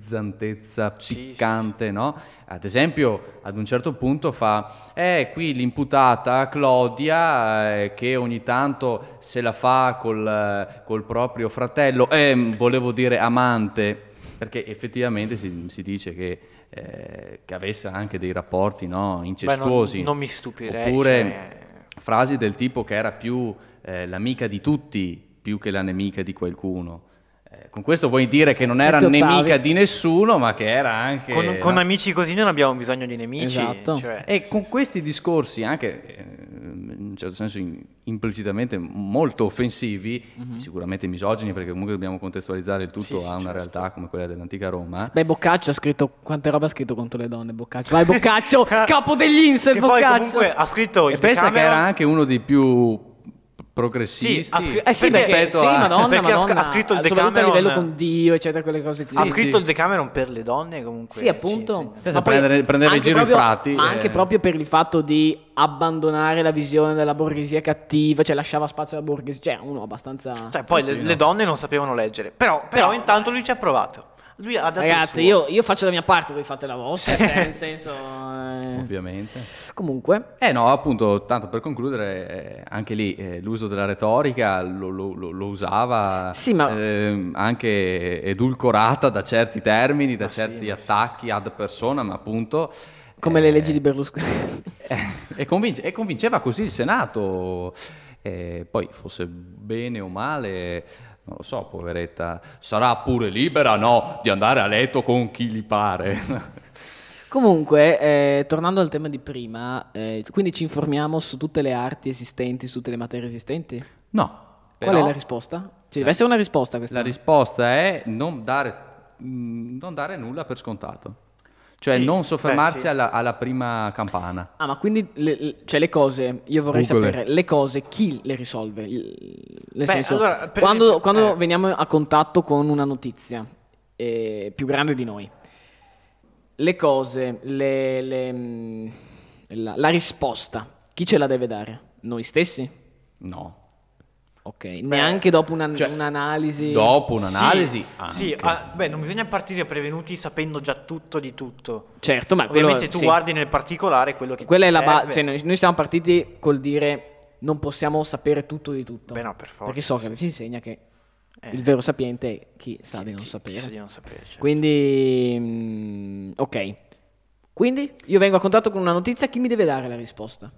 frizzantezza Sì, sì, piccante, no? Ad esempio, ad un certo punto fa, eh, qui l'imputata Clodia, eh, che ogni tanto se la fa col, eh, col proprio fratello, ehm, volevo dire amante, perché effettivamente si, si dice che, eh, che avesse anche dei rapporti no, incestuosi. non- non mi stupirei, Oppure cioè- frasi del tipo che era più eh, l'amica di tutti più che la nemica di qualcuno. Eh, con questo vuoi dire che non era Sette ottavi. nemica di nessuno, ma che era anche... Con, con no? amici così non abbiamo bisogno di nemici. Esatto. cioè- Eh, E con questi discorsi, anche eh, in un certo senso in- implicitamente molto offensivi, sicuramente misogini, perché comunque dobbiamo contestualizzare il tutto Mhm. Sì, sì, a una certo. realtà come quella dell'antica Roma. Beh, Boccaccio ha scritto quante robe ha scritto contro le donne, Boccaccio. Vai Boccaccio, capo degli Ins, Che poi Boccaccio. comunque ha scritto E il pensa che Decameron- era anche uno dei più progressisti Sì, ha scri- eh sì, Perché- perché, rispetto sì, a... Madonna, Perché ha sc- Madonna, Eh, ha scritto il soprattutto a Decameron. livello con Dio, eccetera, quelle cose così. ha Sì, scritto sì. il Decameron per le donne comunque. Sì, appunto. Ci Senza Ma poi prendere- prendere in anche giro i proprio- frati, Ma eh. anche proprio per il fatto di abbandonare la visione della borghesia cattiva, cioè lasciava spazio alla borghesia. Cioè, uno abbastanza. insegna. Cioè, poi Sì, le, no. le donne non sapevano leggere. Però, però intanto lui ci ha provato. Lui ha dato il Ragazzi, suo. io, io faccio la mia parte, voi fate la vostra. cioè, nel senso. eh. Ovviamente. Comunque. Eh no, appunto, tanto per concludere, eh, anche lì eh, l'uso della retorica lo, lo- lo- lo usava Sì, ma- ehm, anche edulcorata da certi termini, da Ma sì, certi ma sì. attacchi ad persona, ma appunto... Come le eh, leggi di Berlusconi. eh, e, convince- e convinceva così il Senato. Eh, poi fosse bene o male, non lo so, poveretta, sarà pure libera, no, di andare a letto con chi gli pare. Comunque, eh, tornando al tema di prima, eh, quindi ci informiamo su tutte le arti esistenti, su tutte le materie esistenti? Eh, No. Qual però è la risposta? Ci deve essere una risposta a questa. la risposta è non dare, mh, non dare nulla per scontato. Cioè Sì, non beh, soffermarsi sì. alla, alla prima campana. Ah, ma quindi le, le- cioè le cose, io vorrei Google. sapere, le cose chi le risolve? Il- Nel Beh, senso, allora, per quando, esempio- quando eh. veniamo a contatto con una notizia eh, più grande di noi, le cose, le- le, mh, la, la risposta, chi ce la deve dare? Noi stessi? No. Ok, neanche dopo una- cioè, un'analisi. Dopo un'analisi... Sì, anche. sì, ah, beh, non bisogna partire prevenuti sapendo già tutto di tutto. Certo, ma quello- Ovviamente tu sì. guardi nel particolare quello che Quella ti è la cioè, serve. base. noi, noi siamo partiti col dire non possiamo sapere tutto di tutto. Beh, no, per forza. Perché Socrate ci insegna che Eh. il vero sapiente è chi sa di non Chi- sapere. chi sa di non sapere, cioè. Quindi, mm, ok. Quindi io vengo a contatto con una notizia, chi mi deve dare la risposta?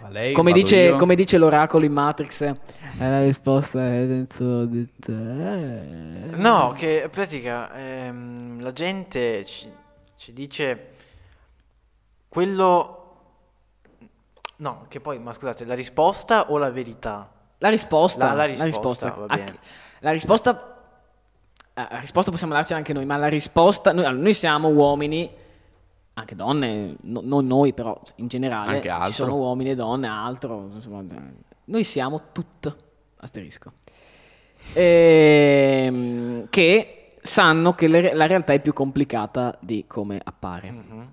Ma lei, Come vado dice, io? come dice l'oracolo in Matrix, eh, la risposta è dentro di te. No, che in pratica ehm, la gente ci, ci dice quello... No, che poi, ma scusate, la risposta o la verità? La risposta. La- la risposta, va a- bene. la risposta. eh, La risposta possiamo darcela anche noi, ma la risposta. Noi, allora, noi siamo uomini, anche donne, no- non noi, però in generale. Anche altro. Ci sono uomini e donne, altro. Insomma, eh, noi siamo tutto. Asterisco. Ehm, che sanno che le- la realtà è più complicata di come appare Mm-hmm. Mhm.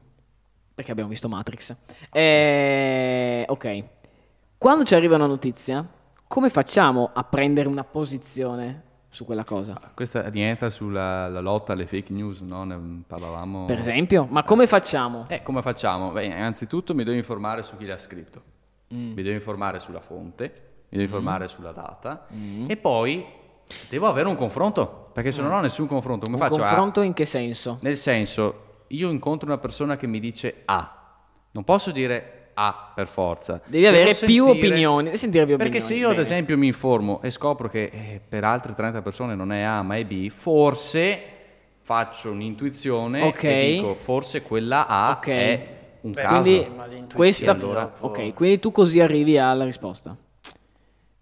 perché abbiamo visto Matrix. Eh, ok, quando ci arriva una notizia, come facciamo a prendere una posizione su quella cosa? Questa rientra sulla la lotta alle fake news, no? Ne parlavamo... Per esempio, ma come facciamo? Eh, come facciamo? Beh, innanzitutto mi devo informare su chi l'ha scritto, Mm. mi devo informare sulla fonte, mi Mm. devo informare sulla data e poi devo avere un confronto, perché Mm. se non ho nessun confronto, come Un faccio a... confronto in che senso? Nel senso, io incontro una persona che mi dice A. Non posso dire A per forza. Devi Devo avere più sentire- opinioni, devi sentire più Perché se opinioni, io, ad bene. esempio, mi informo e scopro che eh, per altre 30 persone non è A ma è B, forse faccio un'intuizione Ok. e dico forse quella A Ok. è un Beh, caso. Quindi Ma l'intuizione questa... allora- Ok, quindi tu così arrivi alla risposta.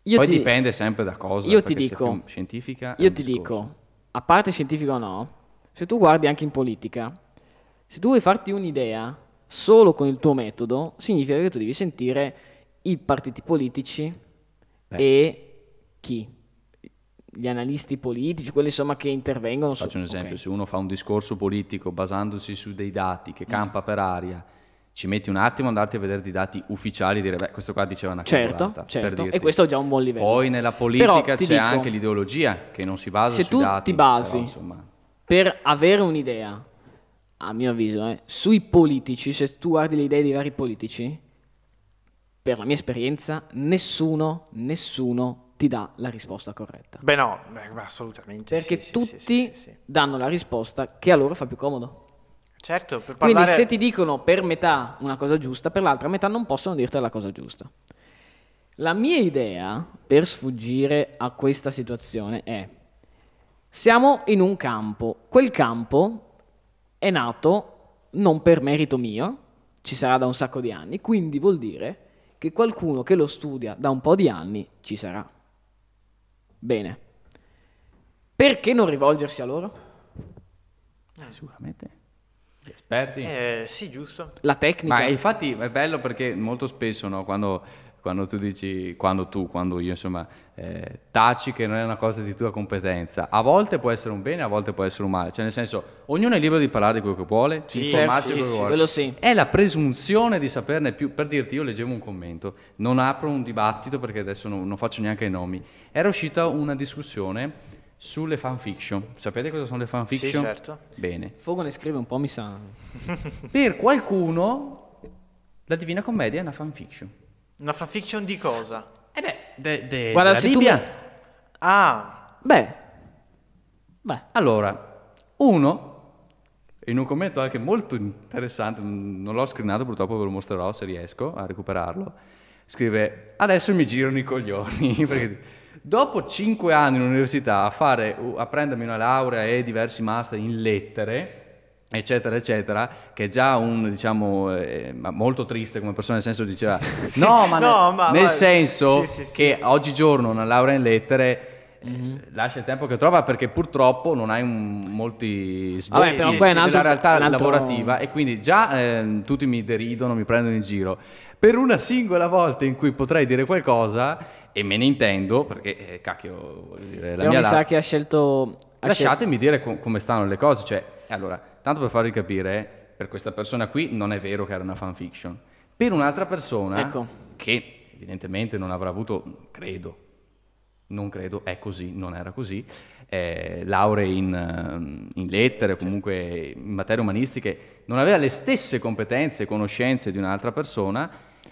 Io Poi ti- dipende sempre da cosa. io ti perché se è dico- più scientifica. è Io un ti discorso. dico, a parte scientifico o no, se tu guardi anche in politica, se tu vuoi farti un'idea solo con il tuo metodo, significa che tu devi sentire i partiti politici Beh. e chi? Gli analisti politici, quelli insomma che intervengono. su- Faccio un esempio: ok. se uno fa un discorso politico basandosi su dei dati Mm. che campa per aria, ci metti un attimo ad andarti a vedere dei dati ufficiali e dire, beh, questo qua diceva una Certo, cavolata", per certo. dirti. E questo è già un buon livello. Poi nella Però politica c'è ti dico- anche l'ideologia che non si basa Se sui tu dati. ti basi- Mm. però, insomma, per avere un'idea, a mio avviso, eh, sui politici, se tu guardi le idee dei vari politici, per la mia esperienza, nessuno, nessuno ti dà la risposta corretta. Beh no, beh, ma assolutamente. Perché sì, sì, tutti sì, sì, sì. danno la risposta che a loro fa più comodo. Certo, per Quindi parlare... se ti dicono per metà una cosa giusta, per l'altra metà non possono dirti la cosa giusta. La mia idea per sfuggire a questa situazione è, siamo in un campo, quel campo è nato non per merito mio, ci sarà da un sacco di anni, quindi vuol dire che qualcuno che lo studia da un po' di anni ci sarà. Bene. Perché non rivolgersi a loro? sicuramente gli esperti. Eh, sì, giusto. La tecnica. Ma infatti è bello perché molto spesso no, quando, quando tu dici, quando tu, quando io insomma, eh, taci che non è una cosa di tua competenza, a volte può essere un bene, a volte può essere un male. Cioè nel senso, ognuno è libero di parlare di quello che vuole, di Sì, informarsi certo, di quello che sì, sì, vuole. quello sì. È la presunzione di saperne più. Per dirti, io leggevo un commento, non apro un dibattito perché adesso non, non faccio neanche i nomi. Era uscita una discussione sulle fanfiction. Sapete cosa sono le fanfiction? Sì, certo. Bene. Fogo ne scrive un po', mi sa. Per qualcuno, la Divina Commedia è una fanfiction. Una fanfiction di cosa? Eh beh, de, de, Guarda, della se tu Bibbia. mi- Ah, Beh. Beh. Allora, uno, in un commento anche molto interessante, mm, non l'ho screenato purtroppo, ve lo mostrerò se riesco a recuperarlo, scrive, adesso mi girano i coglioni, perché dopo cinque anni in università a, fare, a prendermi una laurea e diversi master in lettere, eccetera eccetera che è già un diciamo eh, ma molto triste come persona nel senso diceva no ma, No, ne- ma- nel ma- senso sì, sì, sì. che che oggigiorno una laurea in lettere eh, Mhm. lascia il tempo che trova perché purtroppo non hai un- molti sbocchi Vabbè, però poi è un della altro- realtà un altro- lavorativa e quindi già ehm, tutti mi deridono, mi prendono in giro. Per una singola volta in cui potrei dire qualcosa e me ne intendo perché eh, cacchio voglio dire, la Però mia mi la- sa che ha scelto. ha scelto- Lasciatemi dire co- come stanno le cose, cioè, allora, tanto per farvi capire, per questa persona qui non è vero che era una fanfiction. Per un'altra persona Ecco. che evidentemente non avrà avuto, credo, non credo, è così, non era così, eh, lauree in, ehm, in lettere, Certo. comunque in materie umanistiche, non aveva le stesse competenze e conoscenze di un'altra persona,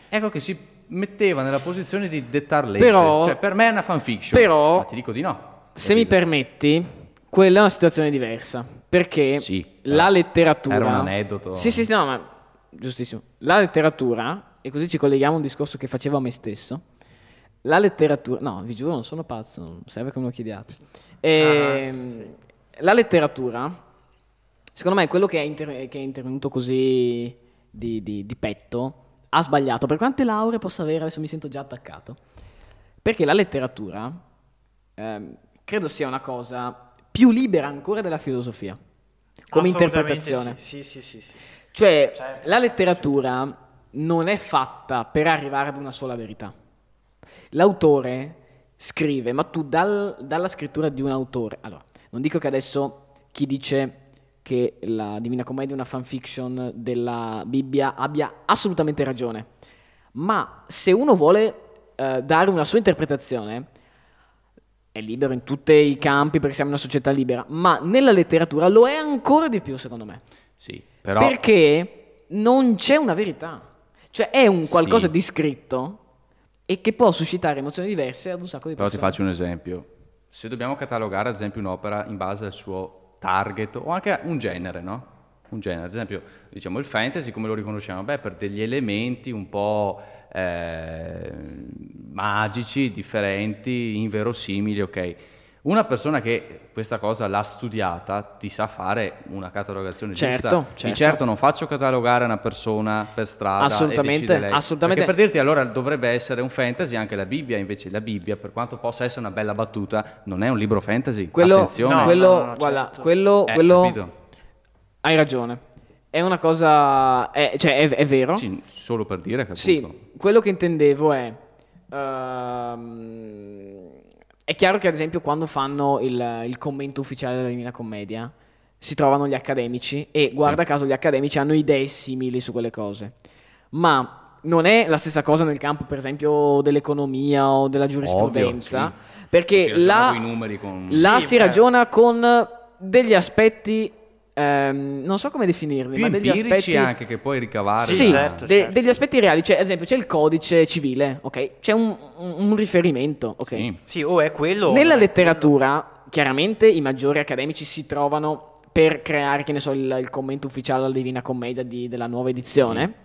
ecco che si metteva nella posizione di dettar legge. Però- cioè, per me è una fanfiction, però- ma ti dico di no. Se mi capito? permetti, quella è una situazione diversa. Perché Sì, la eh, letteratura. era un aneddoto. Sì, sì, sì, no, ma. Giustissimo. La letteratura, e così ci colleghiamo a un discorso che facevo a me stesso. La letteratura. No, vi giuro, non sono pazzo, non serve che me lo chiediate. Ah, Ehm, La letteratura Secondo me quello che è, inter- che è intervenuto così di, di- di petto ha sbagliato. Per quante lauree possa avere, adesso mi sento già attaccato. Perché la letteratura ehm, credo sia una cosa più libera ancora della filosofia, come assolutamente interpretazione. Sì, sì, sì, sì. sì. Cioè, Certo, la letteratura non è fatta per arrivare ad una sola verità. L'autore scrive, ma tu dal- dalla scrittura di un autore... Allora, non dico che adesso chi dice che la Divina Commedia è una fanfiction della Bibbia abbia assolutamente ragione, ma se uno vuole eh, dare una sua interpretazione, è libero in tutti i campi perché siamo una società libera, ma nella letteratura lo è ancora di più secondo me. Sì, però Perché non c'è una verità. Cioè è un qualcosa Sì. di scritto e che può suscitare emozioni diverse ad un sacco di Però persone. ti faccio un esempio. Se dobbiamo catalogare, ad esempio, un'opera in base al suo target o anche un genere, no? Un genere, ad esempio, diciamo il fantasy, come lo riconosciamo? Beh, per degli elementi un po' eh, magici, differenti, inverosimili, ok. Una persona che questa cosa l'ha studiata ti sa fare una catalogazione Certo, giusta. certo. Di certo non faccio catalogare una persona per strada Assolutamente, e decide lei. assolutamente. Perché per dirti allora dovrebbe essere un fantasy anche la Bibbia, invece la Bibbia per quanto possa essere una bella battuta non è un libro fantasy. Quello, Attenzione. No, quello, no, no, no, guarda, certo. quello, Eh, quello- capito? hai ragione. È una cosa, è, cioè è, è vero. Sì, solo per dire che appunto- Sì, quello che intendevo è. ehm, è chiaro che, ad esempio, quando fanno il, il commento ufficiale della Divina Commedia, si trovano gli accademici e guarda Sì. caso gli accademici hanno idee simili su quelle cose. Ma non è la stessa cosa nel campo, per esempio, dell'economia o della giurisprudenza, Ovvio, sì. Si perché ragiona là, coi numeri con- là Sì, si beh. ragiona con degli aspetti, ehm, non so come definirli, più ma degli empirici aspetti anche che puoi ricavare. sì, da- certo. de- degli aspetti reali, cioè, ad esempio c'è il codice civile, ok? C'è un, un- un riferimento, ok? Sì. Sì, o è quello. Nella o non è quello. letteratura, chiaramente i maggiori accademici si trovano per creare, che ne so, il, il commento ufficiale alla Divina Commedia di- della nuova edizione,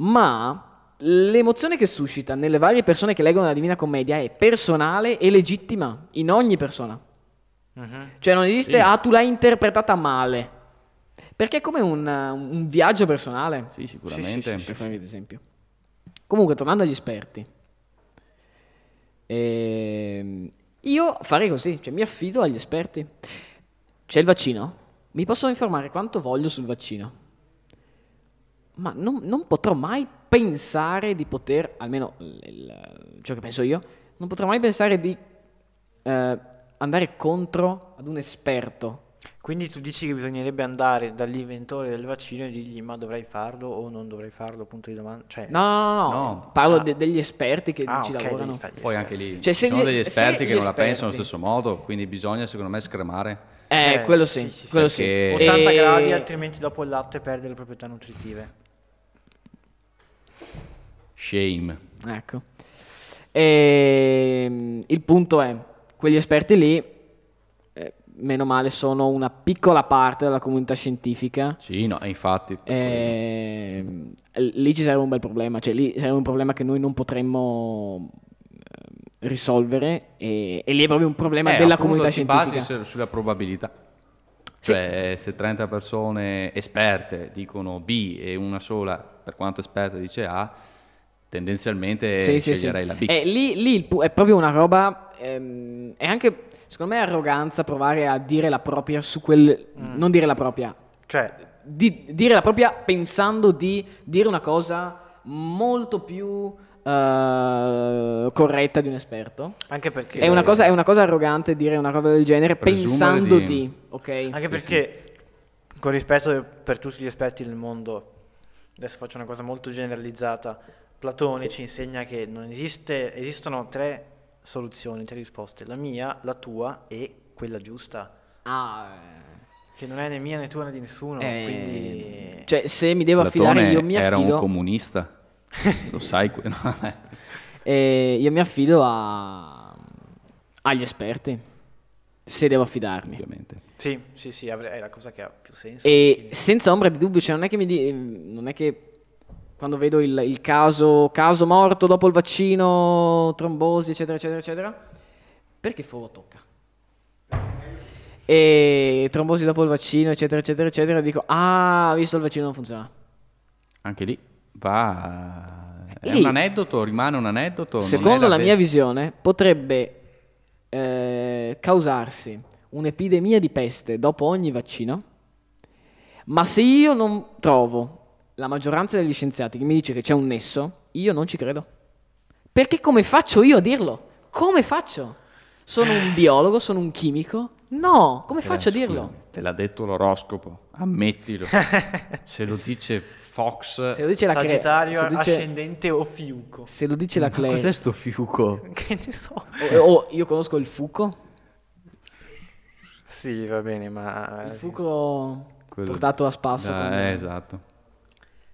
ma l'emozione che suscita nelle varie persone che leggono la Divina Commedia è personale e legittima in ogni persona. Mhm. Cioè non esiste, Sì. ah tu l'hai interpretata male, perché è come un, un viaggio personale Sì, sicuramente. per farvi ad esempio. Comunque, tornando agli esperti, ehm, io farei così, cioè mi affido agli esperti. C'è il vaccino? Mi posso informare quanto voglio sul vaccino, ma non, non potrò mai pensare di poter, almeno il- il- ciò che penso io, non potrò mai pensare di eh, andare contro ad un esperto. Quindi tu dici che bisognerebbe andare dall'inventore del vaccino e dirgli ma dovrai farlo o non dovrai farlo, punto di domanda. Cioè, No, no, no, no, No. parlo Ah. de- degli esperti che ah, ci ok, lavorano. devi fargli Poi sapere. anche lì Cioè, se ci sono gli- degli se esperti gli che non la esperti- pensano allo stesso modo, quindi bisogna secondo me scremare. Eh, Eh, quello sì, sì, sì, sì. quello sì. Perché- 80 E- gradi, altrimenti dopo il latte perde le proprietà nutritive. Shame. Ecco. Ehm, il punto è, quegli esperti lì, eh, meno male, sono una piccola parte della comunità scientifica. Sì, no, e infatti. per Ah, Eh, quello. Ehm, lì ci sarebbe un bel problema, cioè lì sarebbe un problema che noi non potremmo eh, risolvere e, e lì è proprio un problema Eh, della appunto, comunità ti scientifica. basi se- sulla probabilità. Sì. Cioè, se 30 persone esperte dicono B e una sola, per quanto esperta, dice A, tendenzialmente Sì, sì, sì. sceglierei la B. Eh, lì, lì il pu- è proprio una roba. ehm, è anche, secondo me, arroganza provare a dire la propria su quel. Mm. Non dire la propria. Cioè, di- dire la propria pensando di dire una cosa molto più eh, corretta di un esperto. anche perché... È una, cosa, è una cosa arrogante dire una roba del genere Presumere pensando di, di- ok? Anche Sì, perché, con rispetto de- per tutti gli esperti del mondo, adesso faccio una cosa molto generalizzata, Platone ci insegna che non esiste, esistono tre soluzioni, tre risposte, la mia, la tua e quella giusta, Ah, che non è né mia né tua né di nessuno, eh, quindi... Cioè, se mi devo Platone affidare, io mi era affido. un comunista, lo sai. que- no, eh. E io mi affido a- agli esperti, se devo affidarmi. Ovviamente. Sì, sì, sì, avre- è la cosa che ha più senso. E quindi- senza ombra di dubbio, cioè non è che mi di- non è che quando vedo il, il caso, caso morto dopo il vaccino, trombosi, eccetera, eccetera, eccetera, perché Fovo tocca? E trombosi dopo il vaccino, eccetera, eccetera, eccetera, dico, ah, visto il vaccino non funziona. Anche lì va. È Lì- un aneddoto, rimane un aneddoto. non è Secondo la ve- mia visione, potrebbe eh, causarsi un'epidemia di peste dopo ogni vaccino, ma se io non trovo la maggioranza degli scienziati che mi dice che c'è un nesso, io non ci credo. Perché come faccio io a dirlo? Come faccio? Sono un biologo, sono un chimico? No, come Te la- faccio a dirlo? scusami, Eh, Te l'ha detto l'oroscopo, ammettilo. Se lo dice Fox. Se lo dice la Cle- Sagittario, se lo dice- ascendente o fiuco. se lo dice la Claire, Cos'è sto fiuco? Che ne so. o, o io conosco il fuco, Sì, va bene, ma... il fuco Eh, Quello- portato a spasso. Ah, con- eh, esatto.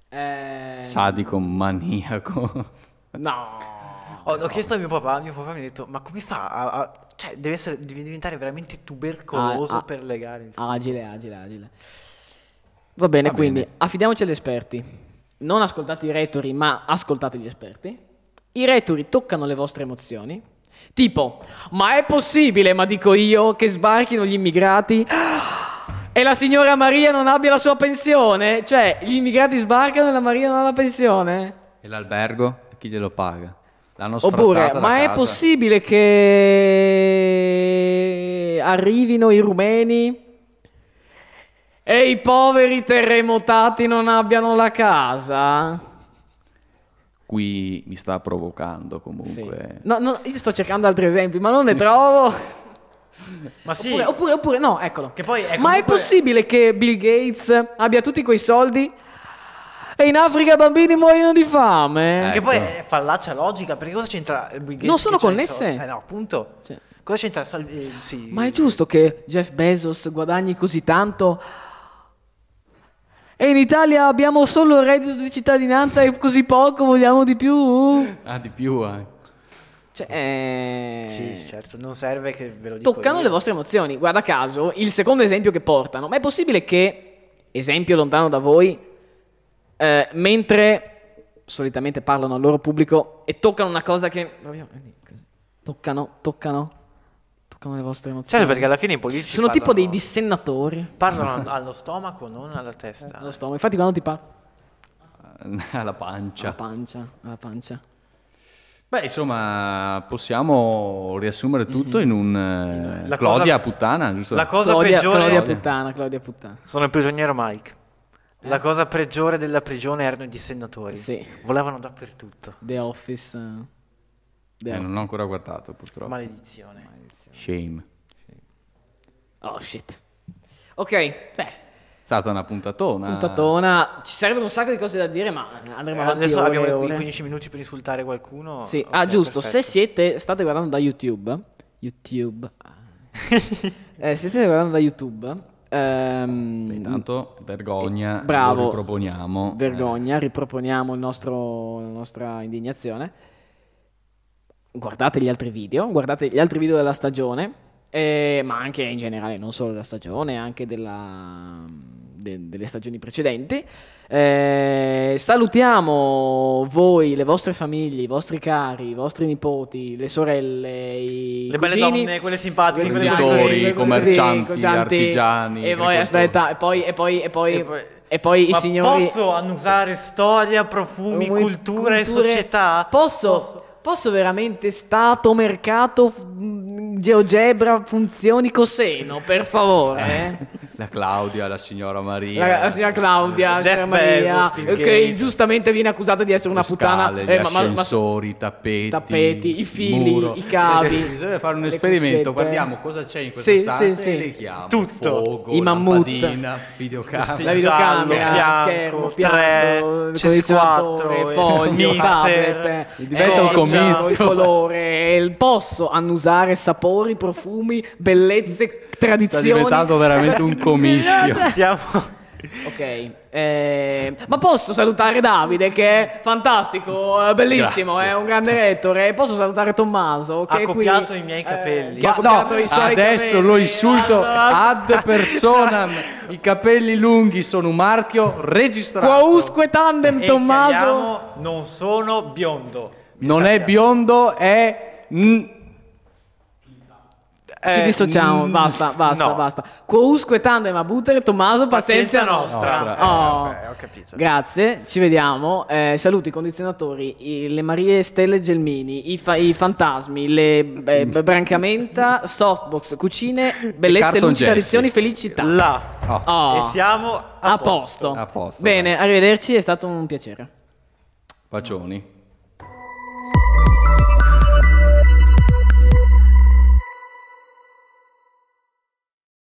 Eh, Sadico, maniaco. No. Ho, ho chiesto a mio papà, mio papà mi ha detto, ma come fa? a- a- cioè, deve, essere- deve diventare veramente tubercoloso Ah, ah. per legare il... Agile, agile, agile. Va bene, Va quindi bene. affidiamoci agli esperti. Non ascoltate i retori, ma ascoltate gli esperti. I retori toccano le vostre emozioni. Tipo, ma è possibile, ma dico io, che sbarchino gli immigrati e la signora Maria non abbia la sua pensione? Cioè, gli immigrati sbarcano e la Maria non ha la pensione? E l'albergo? Chi glielo paga? L'hanno Oppure, sfrattata da ma è casa. possibile che arrivino i rumeni e i poveri terremotati non abbiano la casa? Qui mi sta provocando comunque. No, no, io sto cercando altri esempi, ma non ne trovo. Ma sì, Oppure, oppure, oppure- no, eccolo. Che poi è Ma è comunque- possibile che Bill Gates abbia tutti quei soldi e in Africa i bambini muoiono di fame? Eh. che poi ecco. è fallaccia logica, perché cosa c'entra il Bill Gates Non sono che c'ha i connesse. soldi? Eh no, appunto. Cioè, Cosa c'entra? Sal- eh, sì. ma è giusto che Jeff Bezos guadagni così tanto e in Italia abbiamo solo il reddito di cittadinanza e così poco vogliamo di più? Ah, di più anche. Cioè, eh, Sì, certo, non serve che ve lo dico Toccano io. le vostre emozioni, guarda caso, il secondo esempio che portano, ma è possibile che, esempio lontano da voi, eh, mentre solitamente parlano al loro pubblico e toccano una cosa che... Toccano, toccano, toccano le vostre emozioni. Certo, perché alla fine i politici Sono tipo dei parlano- dissennatori. Parlano allo stomaco, non alla testa. Lo stomaco, infatti quando ti parlo... Alla La pancia. pancia, la pancia. Beh, insomma, possiamo riassumere tutto in un eh, La Clodia cosa- puttana, giusto? La cosa Claudia, peggiore Claudia Claudia. puttana, Claudia puttana. sono il prigioniero Mike. La cosa peggiore della prigione erano i dissennatori. Eh. Sì. Volevano dappertutto. The Office. eh, The Eh, Office. non ho ancora guardato, purtroppo. Maledizione. Shame. Oh shit. Ok, beh, È stata una puntatona. puntatona. Ci sarebbero un sacco di cose da dire, ma andremo Eh, avanti. adesso ore e abbiamo i ore. 15 minuti per insultare qualcuno. Sì, Ok, ah, giusto. Se perfetto. siete, state guardando da YouTube. YouTube. eh, se siete guardando da YouTube. ehm, Intanto, vergogna. Bravo. Lo riproponiamo. eh. Vergogna, riproponiamo il nostro- la nostra indignazione. Guardate gli altri video, guardate gli altri video della stagione, eh, ma anche in generale, non solo della stagione, anche della- de- delle stagioni precedenti. Eh, salutiamo voi, le vostre famiglie, i vostri cari, i vostri nipoti, le sorelle, i Le belle cugini, donne, quelle simpatiche, quelle quelle bianche, così, Imprenditori, quelle cose commercianti, così, artigiani. E poi, agricoltori. aspetta, e poi, e poi, e poi, E poi- e poi i Ma signori... Posso annusare storia, profumi, Come cultura e culture- società? Posso, posso. veramente stato, mercato, f- mh, GeoGebra, funzioni, coseno, per favore. eh? La Claudia, la signora Maria. La, la signora Claudia, la Jeff signora Maria, Bezos, Bill che Gates. giustamente viene accusata di essere una le puttana. scale, Eh, gli ma- ma- ma- ascensori, i tappeti, tappeti, i il fili, muro. Eh, i cavi, Bisogna fare un le esperimento, cuffiette. guardiamo cosa c'è in questa Sì, stanza sì, e sì. le chiamo. Tutto. Fuoco, I mammut. lampadina, videocamera. la video- videocamera, giallo, schermo, bianco, tre, piatto, C4, condizionatore, eh, foglio, mixer, tablet, diventa eh, un comizio. il colore, il posso annusare sapori, profumi, bellezze, Sta tradizioni. diventando veramente un comizio. Stiamo... Ok, eh, ma posso salutare Davide che è fantastico, eh, bellissimo, Grazie. è un grande rettore. Posso salutare Tommaso che Ha è qui, copiato i miei eh, capelli. che ha Ma no, copiato i suoi adesso capelli. lo insulto Basta. ad personam. I capelli lunghi sono un marchio registrato. Quousque tandem E Tommaso. chiariamo, non sono biondo. Non Esatto. è biondo, è... n- Ci Eh, dissociamo, mm, basta, basta, no. basta. Quousque tandem abutere, Tommaso, pazienza, Pazienza nostra. nostra. Oh. Eh, vabbè, ho capito. Grazie, ci vediamo. Eh, saluto i condizionatori, i- le Marie Stelle Gelmini, i, fa- i fantasmi, le beh, Mm. b- Brancamenta, softbox, cucine, bellezze, Carton luci, Jessie. tradizioni, felicità. Là. Oh, Oh. E siamo a, a posto. A posto, Bene, arrivederci, è stato un piacere. Bacioni.